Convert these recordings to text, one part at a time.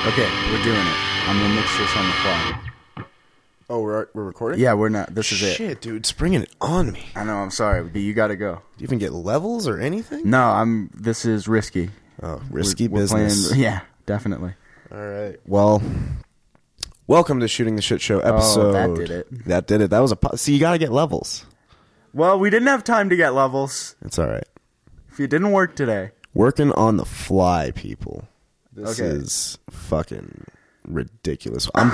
Okay, we're doing it. I'm gonna mix this on the fly. Oh, we're we're recording. Yeah, we're not. This is it. Shit, dude, it's bringing it on me. I know. I'm sorry, but you gotta go. Do you even get levels or anything? No, I'm. This is risky. Oh, risky We're business. Playing, yeah, definitely. All right. Well, welcome to shooting the shit show episode. that did it. Oh, That did it. That was a po- see. You gotta get levels. Well, we didn't have time to get levels. It's all right. If you didn't work today, Working on the fly, people. This Okay. is fucking ridiculous. I'm,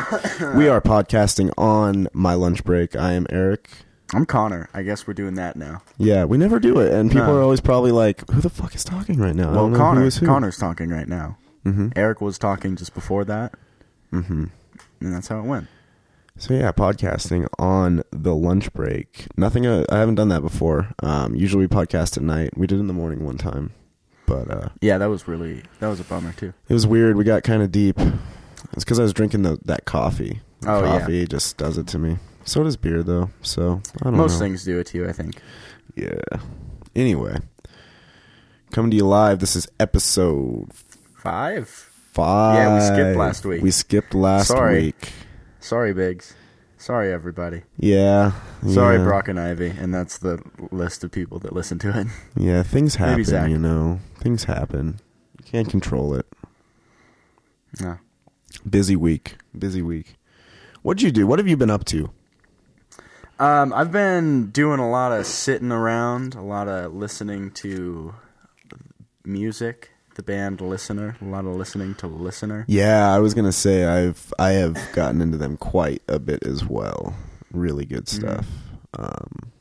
we are podcasting on my lunch break. I am Eric. I'm Connor. I guess we're doing that now. Yeah, we never do it, and people No. are always probably like, "Who the fuck is talking right now?" I Well, don't know who Connor. is who. Connor's talking right now. Mm-hmm. Eric was talking just before that. Mm-hmm. And that's how it went. So yeah, podcasting on the lunch break. Nothing. Uh, I haven't done that before. Um, usually we podcast at night. We did in the morning one time, but uh, Yeah, that was really that was a bummer too. it was weird. We got kind of deep. It's because I was drinking the, that coffee. Oh, yeah. coffee just does it to me. So does beer, though. So I don't Most know. things do it to you, I think. Yeah. Anyway, coming to you live. This is episode Five. five. Yeah, we skipped last week. We skipped last Sorry. week. Sorry, Biggs. Sorry, everybody. Yeah. Sorry, yeah. Brock and Ivy, and that's the list of people that listen to it. Yeah, things Maybe Zach. happen, you know. Things happen. You can't control it. No. Busy week. Busy week. What'd you do? What have you been up to? Um, I've been doing a lot of sitting around, a lot of listening to music, the band Listener, a lot of listening to Listener. Yeah, I was gonna say I've I have gotten into them quite a bit as well. Really good stuff. Um,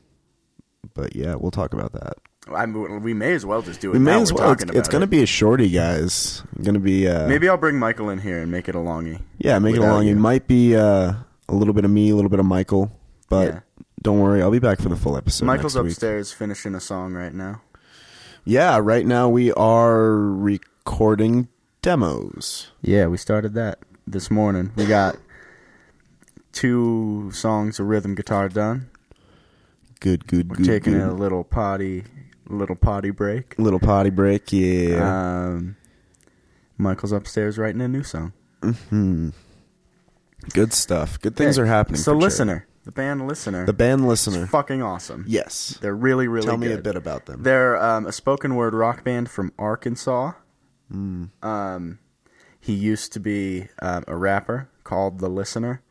but yeah, we'll talk about that. I mean, we may as well just do it. We may now as we're well. It's, talking it's about gonna it. be a shorty, guys. gonna be uh, Maybe I'll bring Michael in here and make it a longie. yeah. Make it without along. you. It might be uh, a little bit of me, a little bit of Michael, but Yeah. don't worry, I'll be back for the full episode. Michael's next week. upstairs finishing a song right now. Yeah, right now we are recording demos. Yeah, we started that this morning. We got two songs of rhythm guitar done. Good, good, We're good. taking good. a little potty, little potty break. little potty break. Yeah. Um, Michael's upstairs writing a new song. good stuff. Good things Okay, are happening. So, for sure. listener, the band listener, the band is listener. fucking awesome. yes. they're really, really. Tell me a good. bit about them. They're um, a spoken word rock band from Arkansas. Um, he used to be um, a rapper called The Listener,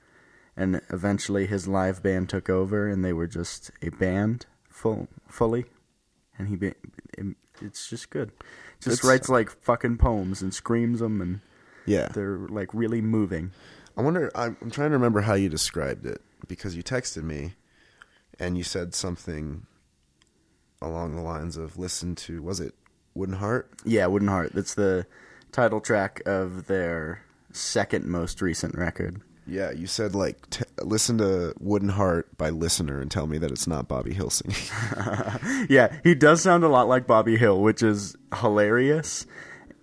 and eventually his live band took over, and they were just a band full fully. And he, be, it- it's just good. Just It's- writes like fucking poems and screams them, and yeah. they're like really moving. I wonder. I'm, I'm trying to remember how you described it because you texted me, and you said something along the lines of "Listen to." Was it Wooden Heart? Yeah, Wooden Heart. That's the title track of their second most recent record. Yeah, you said like t- listen to Wooden Heart by listener and tell me that it's not Bobby Hill singing. Yeah, he does sound a lot like Bobby Hill, which is hilarious.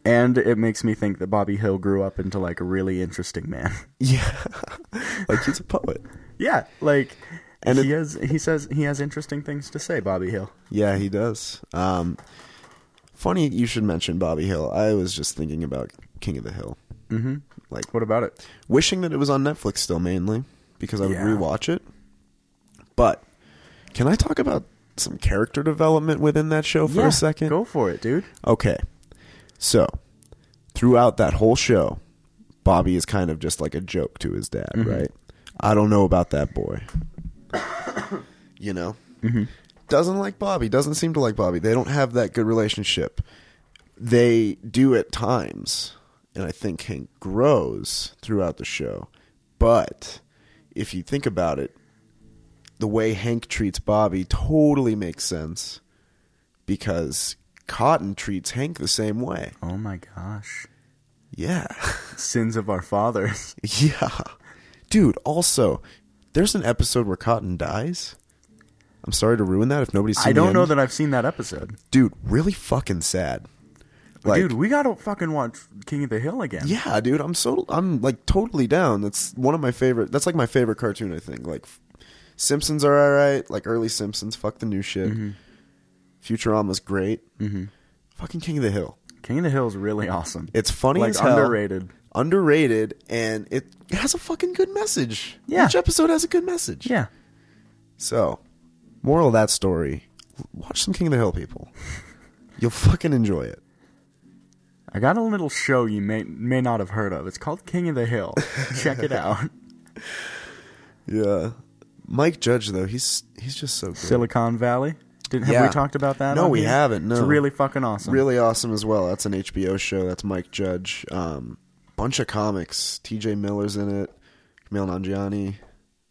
And it makes me think that Bobby Hill grew up into like a really interesting man. yeah, like he's a poet. yeah, like And he has he says he has interesting things to say, Bobby Hill. Yeah, he does. Um, funny you should mention Bobby Hill. I was just thinking about King of the Hill, Mhm. like What about it? wishing that it was on Netflix still mainly because I would Yeah. rewatch it. But can I talk about some character development within that show for a second? Go for it, dude. Okay. So, throughout that whole show, Bobby is kind of just like a joke to his dad, right? I don't know about that boy. you know? Mm-hmm. Doesn't like Bobby, doesn't seem to like Bobby. They don't have that good relationship. They do at times, and I think Hank grows throughout the show. But if you think about it, the way Hank treats Bobby totally makes sense because Cotton treats Hank the same way. Oh my gosh. Yeah. Sins of our fathers. yeah. Dude, also, there's an episode where Cotton dies. I'm sorry to ruin that if nobody's seen I the don't know end. that I've seen that episode. Dude, really fucking sad. Like, dude, we got to fucking watch King of the Hill again. yeah, dude, I'm so I'm like totally down. That's one of my favorite. That's like my favorite cartoon. I think like Simpsons are all right. Like early Mm-hmm. Simpsons, fuck the new shit. Futurama's great. Mm-hmm. Fucking King of the Hill. King of the Hill is really awesome. It's funny like as hell. underrated. Underrated, and it has a fucking good message. Yeah. Each episode has a good message. Yeah. So, moral of that story: watch some King of the Hill, people. You'll fucking enjoy it. I got a little show you may may not have heard of. It's called King of the Hill. Check it out. Yeah. Mike Judge though, he's he's just so good. Silicon Valley. Didn't have Yeah. we talked about that? No, on we here? haven't, no. it's really fucking awesome. Really awesome as well. That's an HBO show. That's Mike Judge. Um, bunch of comics. T.J. Miller's in it. Camille Nanjiani.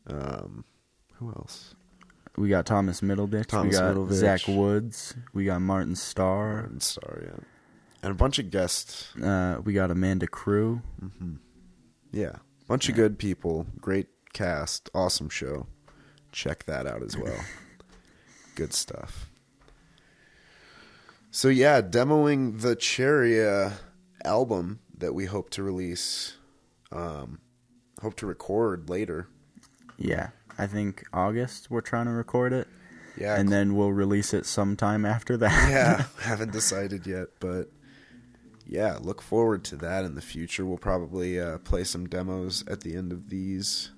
Um, who else? We got Thomas Middleditch. we Thomas got Middleditch. Zach Woods. We got Martin Starr. I'm sorry. Yeah. And a bunch of guests. Uh, we got Amanda Crew. Mm-hmm. Yeah, bunch of good people. Great cast. Awesome show. Check that out as well. good stuff. So yeah, demoing the Cheria album that we hope to release. Um, hope to record later. Yeah, I think August we're trying to record it, Yeah, and cl- then we'll release it sometime after that. yeah, haven't decided yet, but yeah, look forward to that in the future. We'll probably uh, play some demos at the end of these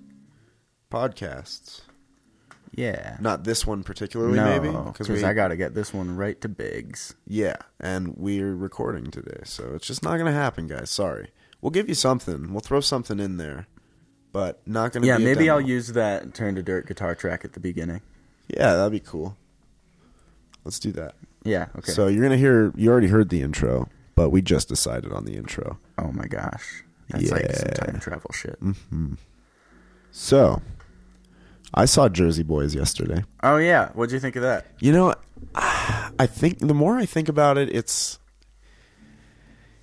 podcasts. yeah. Not this one particularly, maybe no, because we I got to get this one right to Biggs. yeah, and we're recording today, so it's just not gonna happen, guys. Sorry, we'll give you something. We'll throw something in there, but not gonna. Yeah, be a maybe I'll demo. use that Turn to Dirt guitar track at the beginning. Yeah, that'd be cool. Let's do that. Yeah. Okay. So you're gonna hear. You already heard the intro, but we just decided on the intro. oh my gosh, that's like some Yeah. Mm. time travel shit. So I saw Jersey Boys yesterday. Oh yeah, what'd you think of that? You know, I think the more I think about it, it's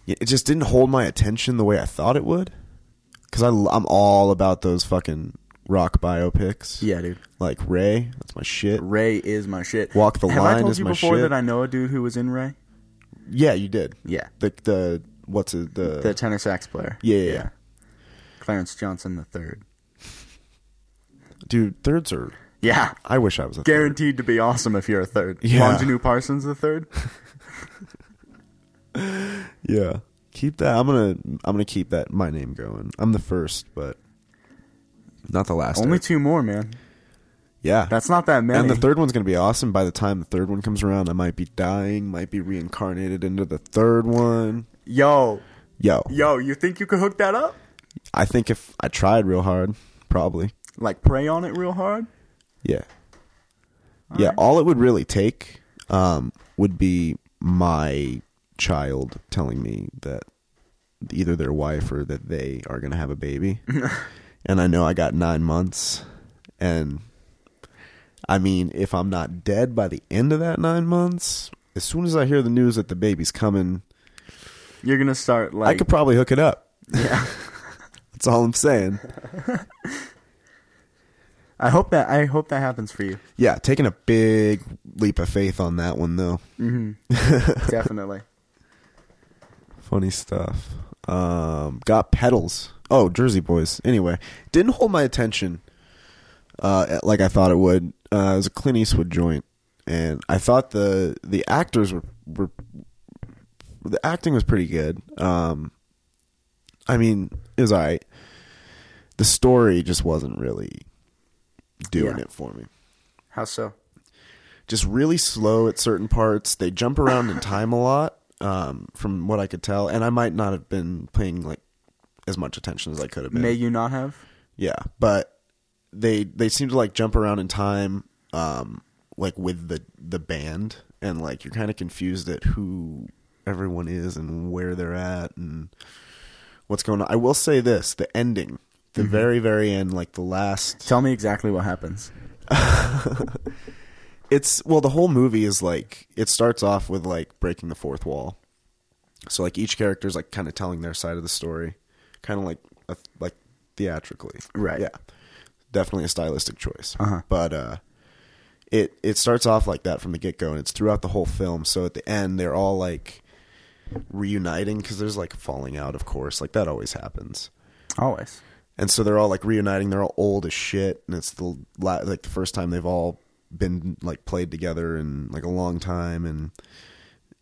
it just didn't hold my attention the way I thought it would. Because I'm all about those fucking rock biopics. Yeah, dude. like Ray, that's my shit. Ray is my shit. Walk the Have I Line told is you my before shit. that I know a dude who was in Ray? Yeah, you did. Yeah, The the what's it the, the tenor sax player. Yeah, yeah, yeah. Clarence Johnson the third. dude thirds are. Yeah, I wish I was a third. guaranteed to be awesome if you're a third. Yeah. Longinus Parsons the third. Yeah, keep that. I'm gonna I'm gonna keep that my name going. I'm the first, but not the last. Only Eric. two more, man. yeah, That's not that many. And the third one's going to be awesome. By the time the third one comes around, I might be dying, might be reincarnated into the third one. yo, Yo, yo, you think you could hook that up? I think if I tried real hard, probably. Like prey on it real hard. Yeah. yeah, all it would really take um, would be my child telling me that either their wife or that they are going to have a baby. and I know I got nine months. And I mean, if I'm not dead by the end of that nine months, as soon as I hear the news that the baby's coming, You're gonna start like I could probably hook it up. yeah. That's all I'm saying. I hope that I hope that happens for you. Yeah, taking a big leap of faith on that one though. Mm-hmm. Definitely. Funny stuff. Um, got pedals. Oh, Jersey Boys. Anyway, didn't hold my attention uh, like I thought it would. Uh, it was a Clint Eastwood joint, and I thought the the actors were, were the acting was pretty good. Um, I mean, it was alright. The story just wasn't really doing Yeah. it for me. How so? just really slow at certain parts. They jump around in time a lot, um, from what I could tell. And I might not have been paying like as much attention as I could have been. May you not have? Yeah, but they they seem to like jump around in time, um, like with the the band, and like you're kind of confused at who everyone is and where they're at and what's going on. I will say this: the ending, the very very end, like the last Tell me exactly what happens. it's well the whole movie is like it starts off with like breaking the fourth wall so like each character is like kind of telling their side of the story kind of like a, like theatrically Right. yeah definitely a stylistic choice Uh-huh. but uh it it starts off like that from the get-go and it's throughout the whole film so at the end they're all like reuniting because there's like falling out of course like that always happens Always. and so they're all like reuniting. They're all old as shit, and it's the la- like the first time they've all been like played together in like a long time, and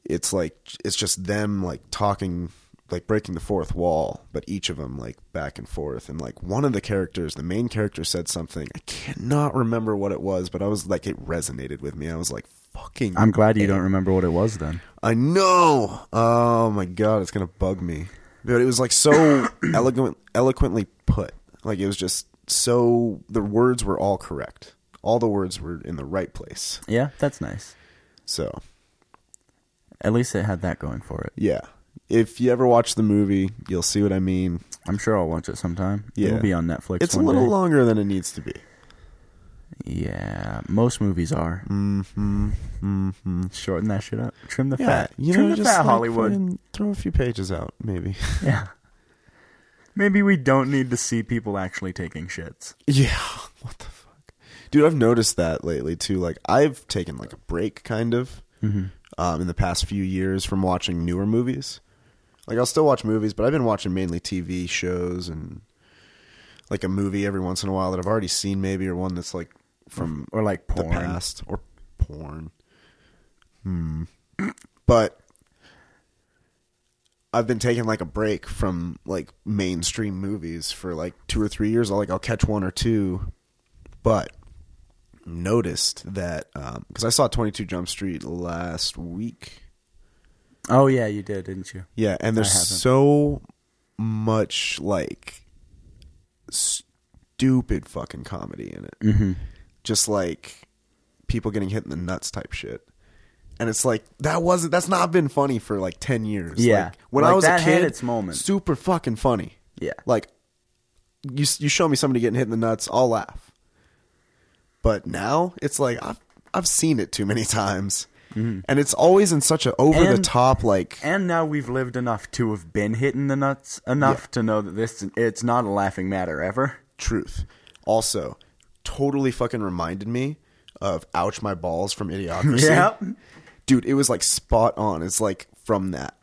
it's like it's just them like talking like breaking the fourth wall but each of them like back and forth and like one of the characters the main character said something i cannot remember what it was but i was like it resonated with me i was like fucking I'm glad you A. don't remember what it was then. I know. Oh my god, it's gonna bug me. But it was like so eloquent, eloquently put. Like it was just so the words were all correct. All the words were in the right place. Yeah, that's nice. So At least it had that going for it. yeah, if you ever watch the movie, you'll see what I mean. I'm sure I'll watch it sometime. Yeah, It'll be on Netflix. It's a one little day. longer than it needs to be. Yeah, most movies are. Mm-hmm. Mm-hmm. Shorten that shit up. Trim the Yeah, fat. you Trim know, the just fat, like, Hollywood. fucking throw a few pages out, maybe. Yeah. Maybe we don't need to see people actually taking shits. Yeah. What the fuck? Dude, I've noticed that lately too. Like I've taken like a break kind of um, in the past few years from watching newer movies. Like I'll still watch movies, but I've been watching mainly TV shows and like a movie every once in a while that I've already seen maybe or one that's like from Or like the porn. past or porn. Hmm. But I've been taking like a break from like mainstream movies for like two or three years. I'll like I'll catch one or two, but noticed that because I saw Twenty Two Jump Street last week. Oh yeah, you did, didn't you? Yeah, and there's haven't. so much like stupid fucking comedy in it. Mm-hmm. Just like people getting hit in the nuts type shit. And it's like that wasn't that's not been funny for like ten years. Yeah. like, when Like, I was that a had kid, its moment. super fucking funny. Yeah. like you you show me somebody getting hit in the nuts, I'll laugh. But now it's like I've I've seen it too many times, and it's always in such a over the Mm-hmm. And- top like And now we've lived enough to have been hitting the nuts enough to know that this it's not a laughing matter ever. truth. Also, totally fucking reminded me of "Ouch My Balls" from Idiocracy. Yep. dude, it was like spot on. It's like from that.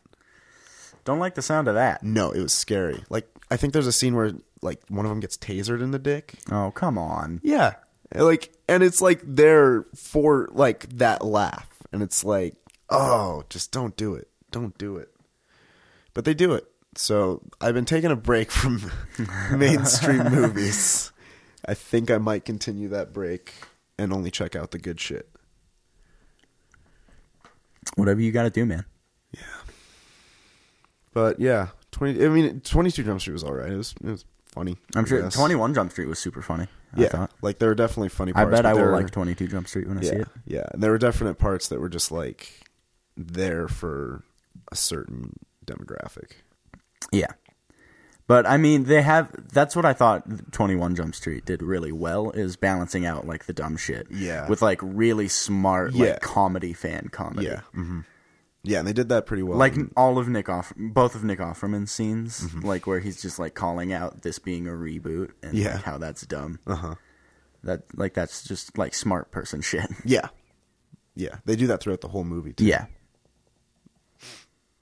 Don't like the sound of that. No, it was scary. Like I think there's a scene where like one of them gets tasered in the dick. Oh, come on. Yeah, like and it's like there for like that laugh, and it's like oh, just don't do it, don't do it. But they do it. So I've been taking a break from mainstream movies. I think I might continue that break and only check out the good shit. Whatever you got to do, man. But yeah, twenty. I mean, twenty two Jump Street was all right. It was it was funny. I'm I sure guess. 21 Jump Street was super funny. I Yeah, thought. like there were definitely funny. I Parts, bet but I there will were- like 22 Jump Street when I see yeah, it. Yeah, and there were definite parts that were just like there for a certain demographic. Yeah. But I mean, they have. That's what I thought. Twenty One Jump Street did really well is balancing out like the dumb shit, Yeah. with like really smart, Yeah. like comedy fan comedy, Yeah, hmm yeah, and they did that pretty well. like Mm-hmm. And- all of Nick off, both of Nick Offerman's scenes, like where he's just like calling out this being a reboot and Yeah. like, how that's dumb. Uh uh-huh. huh. That like that's just like smart person shit. yeah, yeah, they do that throughout the whole movie. Too. yeah.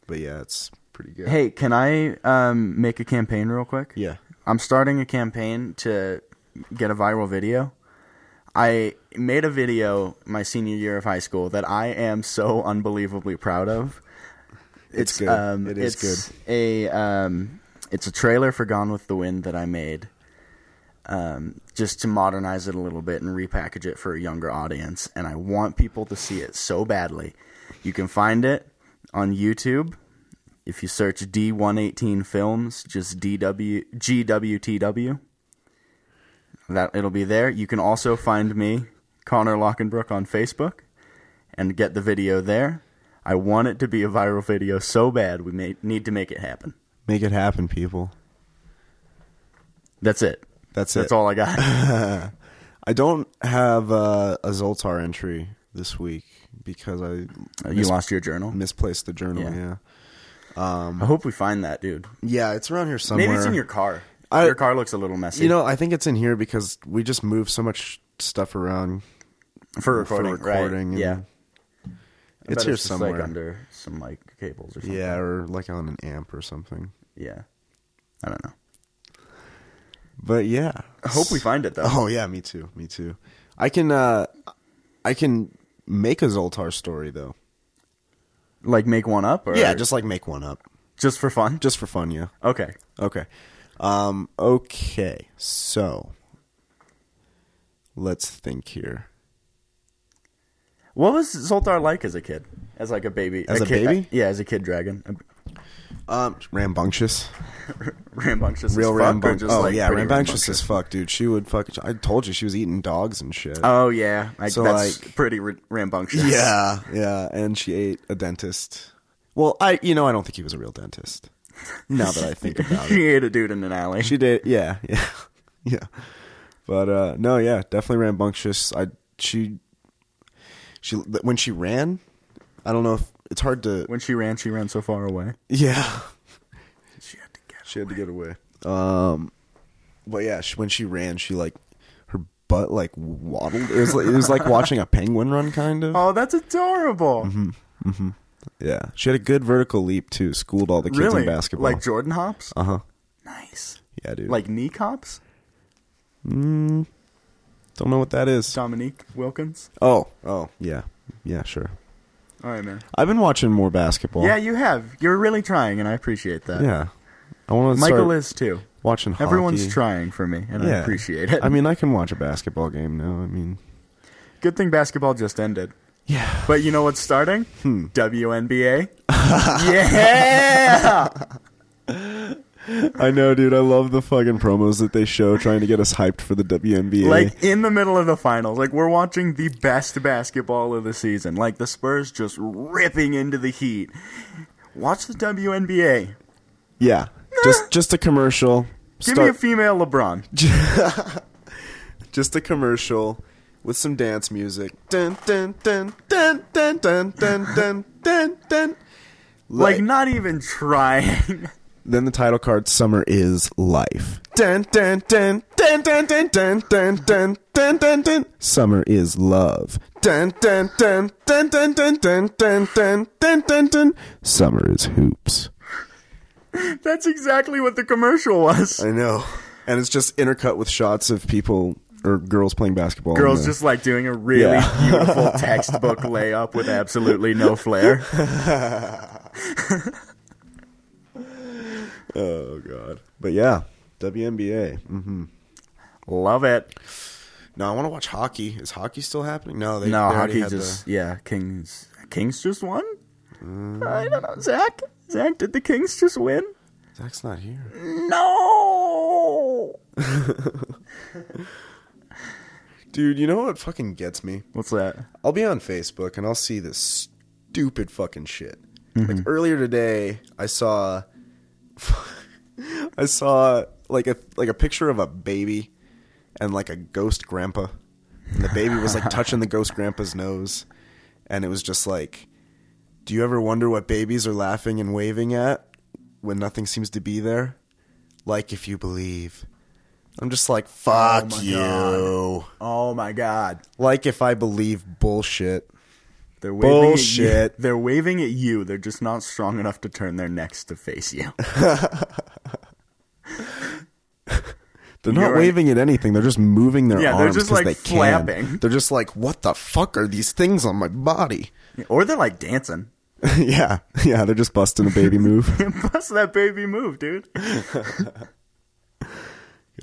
but yeah, it's pretty good. Hey, can I um, make a campaign real quick? yeah, I'm starting a campaign to get a viral video. I made a video my senior year of high school that I am so unbelievably proud of. It's good. Um, It is it's A um, it's a trailer for Gone with the Wind that I made, um, just to modernize it a little bit and repackage it for a younger audience. And I want people to see it so badly. You can find it on YouTube if you search D118 Films, just DW GWTW. That it'll be there. You can also find me, Connor Lockenbrook, on Facebook, and get the video there. I want it to be a viral video so bad. We may, need to make it happen. make it happen, people. That's it. That's it. That's all I got. I don't have uh, a Zoltar entry this week because I Uh, you lost your journal. misplaced the journal. Yeah. Yeah, I hope we find that dude. yeah, it's around here somewhere. Maybe it's in your car. I- your car looks a little messy. You know, I think it's in here because we just move so much stuff around. for recording, recording right? and- Yeah, I bet It's here just, like, somewhere. under some like cables or something. yeah, or like on an amp or something. yeah. I don't know. But yeah, I hope we find it though. Oh yeah, me too. Me too. I can uh I can make a Zoltar story though. Like make one up? Or Yeah, just like make one up. just for fun. Just for fun, yeah. Okay. Okay. Um, okay. So let's think here. What was Zoltar like as a kid? As like a baby? As a kid- uh, baby? yeah, as a kid dragon. A- Um, rambunctious. rambunctious. Real as fuck, or rambunctious. just, Oh, like, yeah, pretty rambunctious, as fuck, dude. She would fuck. I told you she was eating dogs and shit. Oh yeah, I, So, that's like- pretty ra- rambunctious. yeah, yeah. And she ate a dentist. Well, I, you know, I don't think he was a real dentist. Now that I think about it, she ate a dude in an alley. she did. Yeah, yeah, yeah. But uh, no, yeah, definitely rambunctious. I she she when she ran, I don't know if it's hard to. when she ran, she ran so far away. Yeah, She had to get. She had to get away. Um, but yeah, she, when she ran, she like her butt like waddled. It was like, it was like watching a penguin run, kind of. Oh, that's adorable. Mm-hmm. Yeah, she had a good vertical leap too. Schooled all the kids Really, in basketball. like Jordan hops. uh huh. Nice. Yeah, dude. Uh-huh. Like knee hops. don't know what that is. Dominique Wilkins. Oh, oh, yeah, yeah, sure. All right, man. I've been watching more basketball. Yeah, you have. You're really trying, and I appreciate that. yeah. I want to Michael start is too. watching. Everyone's hockey. trying for me, and I Yeah. appreciate it. I mean, I can watch a basketball game now. I mean, good thing basketball just ended. yeah. But you know what's starting? Hmm. WNBA. yeah. I know, dude. I love the fucking promos that they show trying to get us hyped for the WNBA. Like in the middle of the finals, like we're watching the best basketball of the season. Like the Spurs just ripping into the Heat. Watch the WNBA. yeah, just just a commercial. Give me a Start- female LeBron. just a commercial with some dance music. Dun dun dun dun dun dun dun dun dun dun. Like, Like, not even trying. then the title card "Summer is Life." Dun dun dun dun dun dun dun dun dun dun dun dun. Summer is love. Dun dun dun dun dun dun dun dun dun dun dun dun. Summer is hoops. That's exactly what the commercial was. I know, and it's just intercut with shots of people or girls playing basketball. in Girls the- just like doing a really Yeah. beautiful textbook layup with absolutely no flair. Oh god. But yeah, WNBA. Mm-hmm. Love it. No, I want to watch hockey. Is hockey still happening? No, they, No, they already hockey had the- just yeah. Kings Kings just won. I don't know. Zach, Zach, did the Kings just win? Zach's not here, No. dude. You know what fucking gets me? What's that? I'll be on Facebook and I'll see this stupid fucking shit. Like Mm-hmm. earlier today, I saw, I saw like a like a picture of a baby and like a ghost grandpa, and the baby was like touching the ghost grandpa's nose, and it was just like, do you ever wonder what babies are laughing and waving at when nothing seems to be there? Like if you believe. I'm just like fuck Oh my you. God. Oh my God! Like if I believe bullshit. They're waving At you. Bullshit. They're waving at you. They're just not strong enough to turn their necks to face you. They're You're not right. waving at anything. They're just moving their Yeah, they're arms just, 'cause like, they flapping. can. They're just like, what the fuck are these things on my body? or they're like dancing. yeah, yeah. They're just busting a baby move. Bust that baby move, dude.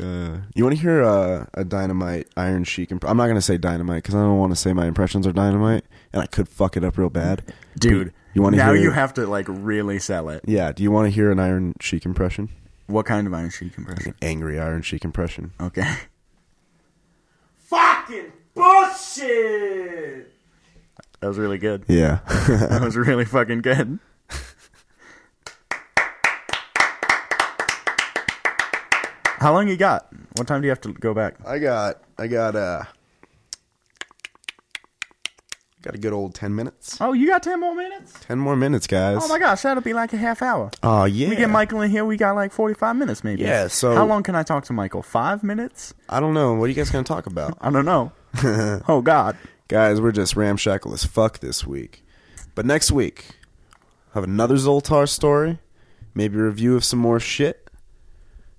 uh, you want to hear uh, a dynamite Iron Sheik? Imp- I'm not gonna say dynamite because I don't want to say my impressions are dynamite, and I could fuck it up real bad. Dude, you want to now hear? you have to like really sell it. yeah. Do you want to hear an Iron Sheik impression? What kind of iron sheet compression? Angry Iron Sheik impression. Okay. fucking bullshit. That was really good. Yeah. That was really fucking good. How long you got? What time do you have to go back? I got. I got. Uh, got a good old ten minutes. Oh, you got 10 more minutes? Ten more minutes, guys. Oh my gosh, that'll be like a half hour. Oh yeah. We get Michael in here, we got like 45 minutes maybe. Yeah, so- How long can I talk to Michael? Five minutes? I don't know. What are you guys gonna talk about? I don't know. oh, God. guys, we're just ramshackle as fuck this week. But next week, have another Zoltar story. Maybe a review of some more shit.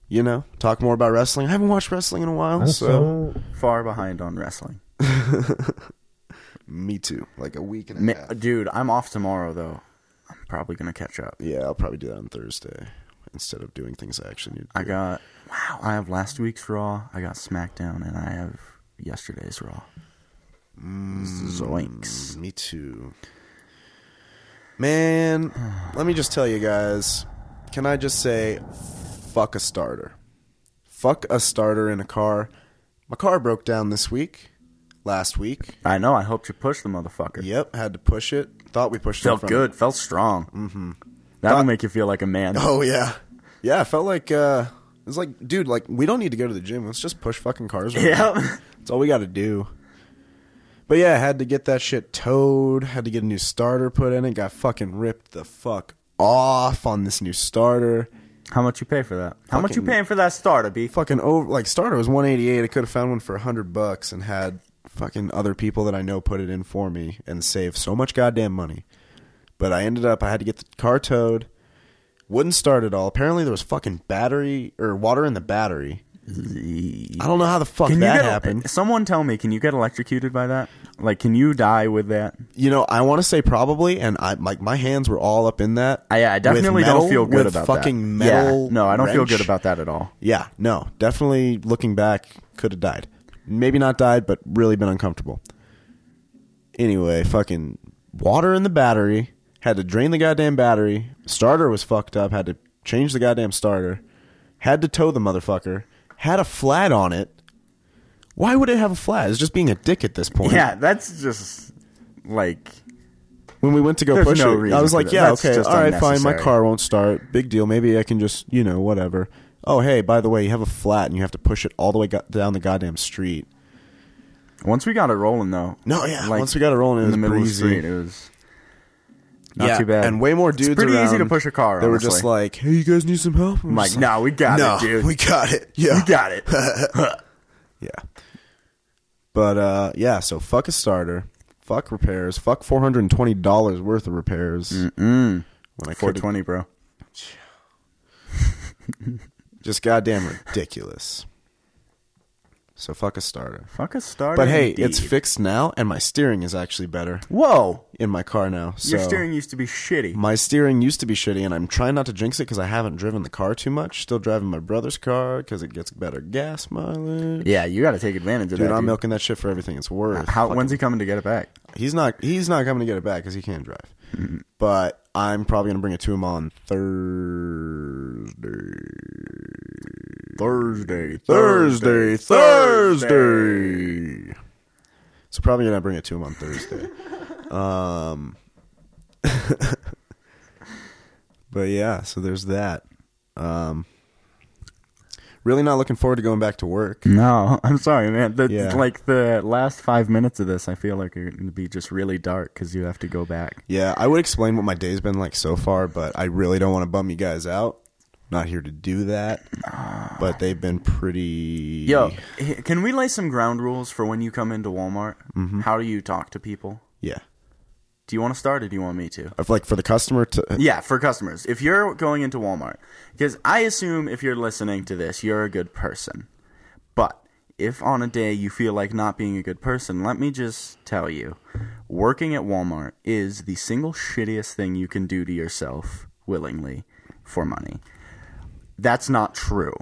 You know, talk more about wrestling. I haven't watched wrestling in a while, so Far behind on wrestling. me too. Like a week and a Ma- half. Dude, I'm off tomorrow though. Probably gonna catch up. Yeah, I'll probably do that on Thursday instead of doing things I actually need to I do. got wow. I have last week's Raw. I got SmackDown, and I have yesterday's Raw. Mm. Zoinks! Me too. Man, let me just tell you guys. Can I just say, fuck a starter? Fuck a starter in a car. My car broke down this week, last week. I know. I hoped you pushed the motherfucker. Yep, had to push it. Thought we pushed it. Felt from- good. Felt strong. Mm-hmm. That'll make you feel like a man. Oh yeah, yeah. I felt like uh, it was like, dude, like we don't need to go to the gym. Let's just push fucking cars. around. Yep. That's all we got to do. But yeah, I had to get that shit towed. Had to get a new starter put in it. Got fucking ripped the fuck off on this new starter. How much you pay for that? How much you Fucking- paying for that starter, B? Fucking over like starter was 188. I could have found one for 100 bucks and had fucking other people that I know put it in for me and save so much goddamn money. But I ended up I had to get the car towed. Wouldn't start at all. Apparently there was fucking battery or water in the battery. I don't know how the fuck Can you that get happened. Someone tell me, can you get electrocuted by that? Like, can you die with that? you know, I want to say probably, and I like my hands were all up in that. I, I With definitely metal- don't feel good with about that. fucking metal. Yeah. No, I don't feel wrench. good about that at all. Yeah, no, definitely. Looking back, could have died. Maybe not died, but really been uncomfortable. Anyway, fucking water in the battery. Had to drain the goddamn battery. Starter was fucked up. Had to change the goddamn starter. Had to tow the motherfucker. Had a flat on it. Why would it have a flat? It's just being a dick at this point. Yeah, that's just like when we went to go There's push no it, reason I was for like, that. yeah, That's okay, just all right, fine. My unnecessary. car won't start. Big deal. Maybe I can just, you know, whatever. Oh, hey, by the way, you have a flat and you have to push it all the way go- down the goddamn street. once we got it rolling though. No, yeah, once we got it rolling, it in the was middle breezy. of the street, it was not yeah, too bad. And way more dudes. It's pretty easy around, to push a car. They honestly. were just like, hey, you guys need some help? I'm I'm like, just no, we got no, it, dude. we got it. Yeah, we got it. Yeah. But uh yeah, so fuck a starter, fuck repairs, fuck four hundred and twenty dollars worth of repairs. Mm-mm. When I Four could twenty, bro. just goddamn ridiculous. So fuck a starter. Fuck a starter. But hey, indeed. it's fixed now, and my steering is actually better whoa. in my car now. So Your steering used to be shitty. my steering used to be shitty, and I'm trying not to jinx it because I haven't driven the car too much. Still driving my brother's car because it gets better gas mileage. yeah, you got to take advantage of Dude, that. I'm dude. milking that shit for everything it's worth. How? When's he coming to get it back? He's not. He's not coming to get it back because he can't drive. Mm-hmm. But I'm probably gonna bring it to him on Thursday. Thursday. Thursday, Thursday. So probably gonna bring it to him on Thursday. um, but yeah, so there's that. Um, really not looking forward to going back to work. No, I'm sorry, man. The, Yeah. Like the last five minutes of this, I feel like are going to be just really dark because you have to go back. Yeah, I would explain what my day's been like so far, but I really don't want to bum you guys out. Not here to do that. But they've been pretty. Yo, h- can we lay some ground rules for when you come into Walmart? How do you talk to people? Yeah. Do you want to start or do you want me to? If, Like for the customer to. Yeah, for customers. If you're going into Walmart, because I assume if you're listening to this, you're a good person. But if on a day you feel like not being a good person, let me just tell you working at Walmart is the single shittiest thing you can do to yourself willingly for money. That's not true.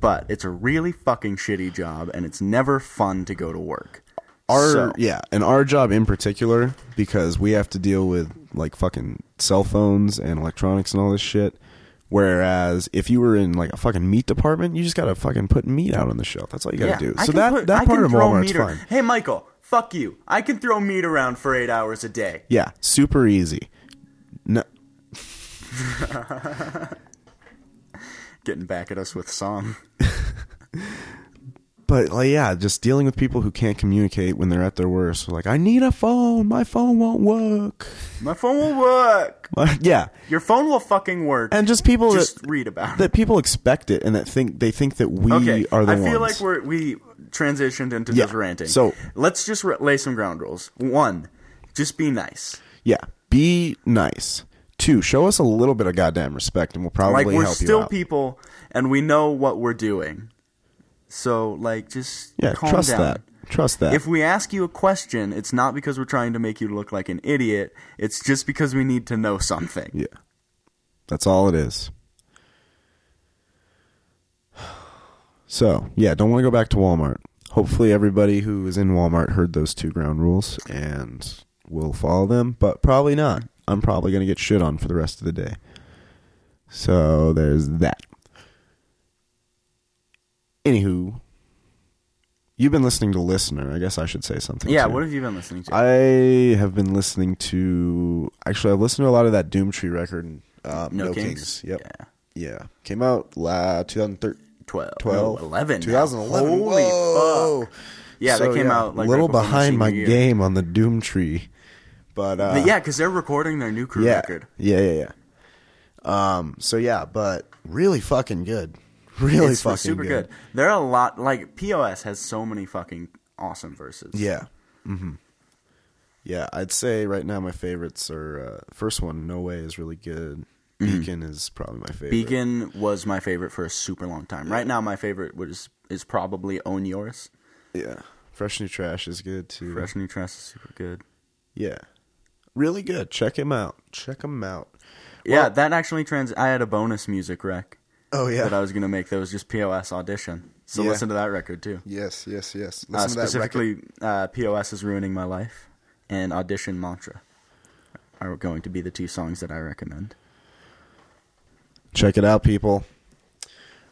But it's a really fucking shitty job, and it's never fun to go to work. our So- yeah and our job in particular because we have to deal with like fucking cell phones and electronics and all this shit whereas if you were in like a fucking meat department you just gotta fucking put meat out on the shelf that's all you gotta do I so can that put- I that part can of throw walmart's meat ar- fine Hey, Michael, fuck you. I can throw meat around for eight hours a day. yeah super easy no Getting back at us with song. but like yeah just dealing with people who can't communicate when they're at their worst like i need a phone my phone won't work My phone will work. yeah Your phone will fucking work. and just people just that, read about it. that people expect it and that think they think that we Okay, E are the I ones feel like we're, we transitioned into Yeah, just ranting. so- let's just re- lay some ground rules. One, just be nice. Yeah, be nice. Two, show us a little bit of goddamn respect, and we'll probably Like we're help still you out. people, and we know what we're doing. So like, just yeah, calm trust down. that. Trust that. If we ask you a question, it's not because we're trying to make you look like an idiot. It's just because we need to know something. yeah. That's all it is. So, yeah, don't want to go back to Walmart. Hopefully, everybody who is in Walmart heard those two ground rules and will follow them, but probably not. I'm probably going to get shit on for the rest of the day. So, there's that. Anywho, you've been listening to Listener. I guess I should say something. Yeah, too. what have you been listening to? I have been listening to actually I've listened to a lot of that Doomtree record. Uh, no, No Kings. Kings? Yep. Yeah. Yeah. Came out la 2013. 12, 12, 11. Oh, now. 2011. Holy Whoa. fuck. Yeah, So, they came out like a little right before behind my senior year. game on the Doomtree, but uh, But yeah, because they're recording their new crew yeah, record. yeah, yeah, yeah. Um, so yeah, but really fucking good, really it's fucking super good. There are a lot like POS has so many fucking awesome verses. Yeah. Mm-hmm. Yeah, I'd say right now my favorites are uh, first one. No way is really good. Beacon is probably my favorite. Mm-hmm. Beacon was my favorite for a super long time. Right now, my favorite was is probably Own Yours. Yeah. Fresh New Trash is good too. Fresh New Trust is super good. Yeah. Really good. Check him out. Check him out. yeah, that actually trans. I had a bonus music rec Oh yeah. that I was gonna make that was just POS audition. So Yeah. listen to that record too. yes, yes, yes. Listen Uh, to that record. specifically, uh, POS is ruining my life, and audition mantra are going to be the two songs that I recommend. Check it out, people.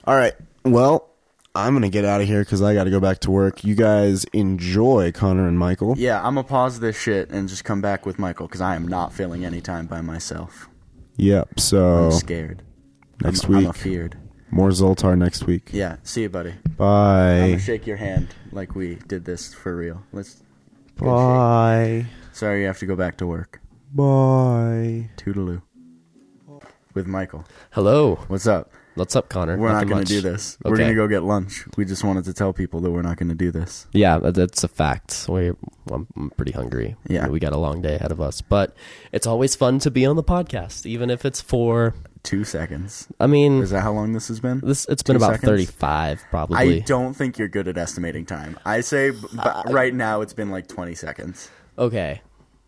All right. Well, I'm gonna get out of here because I got to go back to work. You guys enjoy Connor and Michael. Yeah, I'm gonna pause this shit and just come back with Michael because I am not filling any time by myself. Yep. I'm So scared. Oh. next I'm, I'm week, afeared. more Zoltar next week. Yeah, see you, buddy. I'm Bye. gonna shake your hand like we did this for real. Let's. Bye. Sorry, you have to go back to work. Bye. Toodaloo. With Michael. Hello. What's up? What's up, Connor? We're not Nothing going much. to do this. We're Okay. going to go get lunch. We just wanted to tell people that we're not going to do this. Yeah, that- that's a fact. We, I'm I'm pretty hungry. Yeah. we got a long day ahead of us, but it's always fun to be on the podcast, even if it's for. Two seconds. I mean, Is that how long this has been? this it's been two about seconds? 35 I probably. don't think you're good at estimating time. I say b- b- right now it's been like 20 seconds. okay,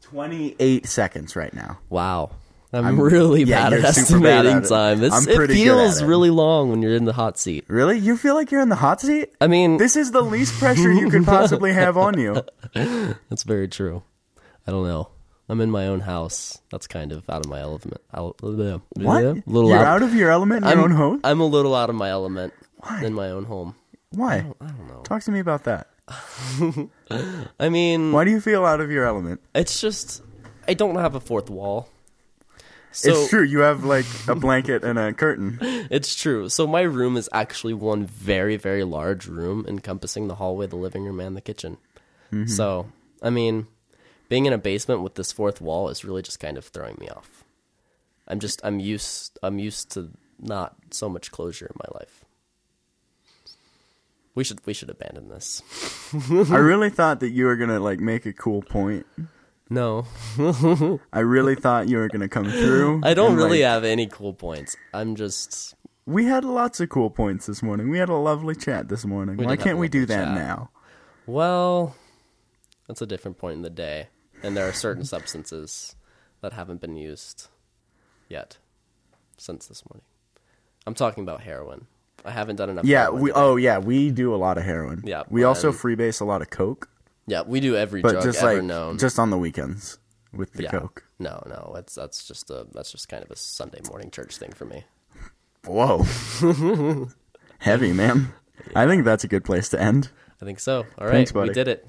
28 seconds right now. wow. I'm, really yeah, bad at you're super bad estimating at it. time. It's, I'm it pretty good feels at it. really long when you're in the hot seat. Really? You feel like you're in the hot seat? I mean, This is the least pressure you could possibly have on you. that's very true. I don't know. I'm in my own house. That's kind of out of my element. I'll- What? A little you're out of your element in your I'm, own home? I'm a little out of my element in my own home. Why? I don't, know. Talk to me about that. I mean, Why do you feel out of your element? It's just I don't have a fourth wall. So it's true. You have like a blanket and a curtain. It's true. So my room is actually one very very large room encompassing the hallway, the living room, and the kitchen. Mm-hmm. So I mean, being in a basement with this fourth wall is really just kind of throwing me off. I'm just I'm used I'm used to not so much closure in my life. We should we should abandon this. I really thought that you were gonna like make a cool point. No, I really thought you were gonna come through. I don't and, really uh, like- have any cool points. I'm just We had lots of cool points this morning. We had a lovely chat this morning. Why did have can't a we do lovely that chat. now? Well, that's a different point in the day, and there are certain substances that haven't been used yet since this morning. I'm talking about heroin. I haven't done enough. Yeah. heroin We. today. Oh yeah. We do a lot of heroin. Yeah, We also and- freebase a lot of coke, yeah, we do every but drug just ever like known. just on the weekends with the yeah. coke. No, no, that's that's just a that's just kind of a Sunday morning church thing for me. Whoa. Heavy man. I think that's a good place to end. I think so. All right, Thanks, we buddy. did it.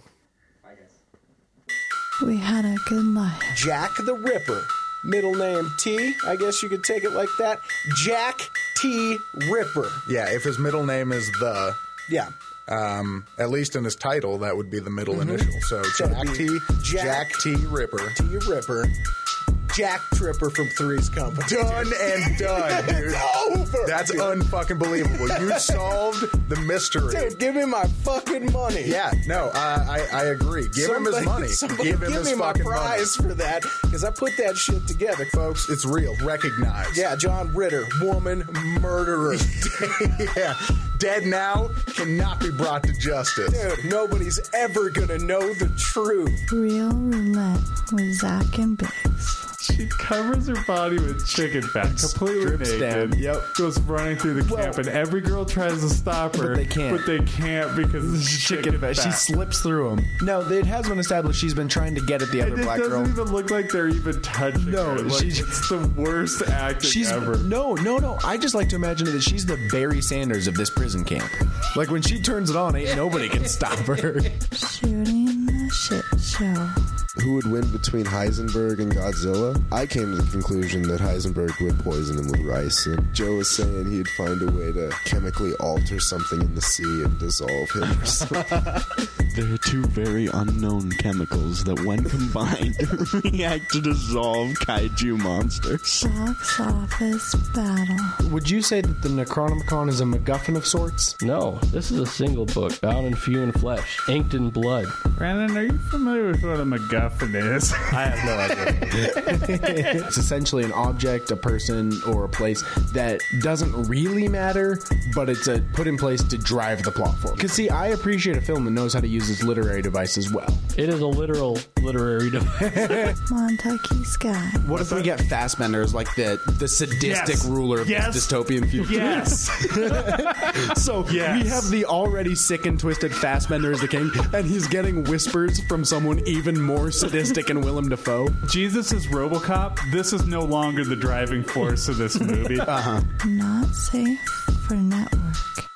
We had a good night. Jack the Ripper. Middle name T. I guess you could take it like that. Jack T. Ripper. Yeah, if his middle name is the, Yeah. um, at least in his title, that would be the middle initial. So Mm-hmm. it'd be Jack T. Jack- Jack, T. Ripper. T. Ripper. Jack Tripper from Three's Company. Done and done, dude. It's over. That's dude. unfucking believable. You solved the mystery. Dude, give me my fucking money. Yeah, no, I, I, I agree. Give him his Somebody- money. Somebody give him his me my fucking money. prize for that because I put that shit together, folks. It's real. Recognize. Yeah, John Ritter, woman murderer. yeah. dead now cannot be brought to justice. Dude, nobody's ever gonna know the truth. Real roulette with Zach and Biggs. She covers her body with chicken fat, completely Strips naked. down, yep. Goes running through the camp, and every girl tries to stop her, they can't. But they can't because of the chicken, Chicken fat. fat. She slips through him. No, it has been established she's been trying to get at the and other it black doesn't girl. even look like they're even touching No, her. Like, she's- it's the worst acting She's ever. no, no, no. I just like to imagine that she's the Barry Sanders of this prison camp. Like when she turns it on, ain't nobody can stop her. Shooting the shit show. Who would win between Heisenberg and Godzilla? I came to the conclusion that Heisenberg would poison him with rice, and Joe was saying he'd find a way to chemically alter something in the sea and dissolve him or something. There are two very unknown chemicals that, when combined, react to dissolve kaiju monsters. Box office battle. Would you say that the Necronomicon is a MacGuffin of sorts? No, this is a single book bound in human flesh, inked in blood. Brandon, are you familiar with what a MacGuffin is? I have no idea. it's essentially an object, a person, or a place that doesn't really matter, but it's a put in place to drive the plot forward. Because see, I appreciate a film that knows how to use its literary device as well. It is a literal literary device. Montucky Sky. What if we get Fassbender as like the the sadistic Yes. ruler of Yes. this dystopian future? yes. So Yes. we have the already sick and twisted Fassbender as the king, and he's getting whispers from someone even more sadistic and Willem Dafoe. Jesus is RoboCop. This is no Uh, longer the driving force of this movie. Not safe for network.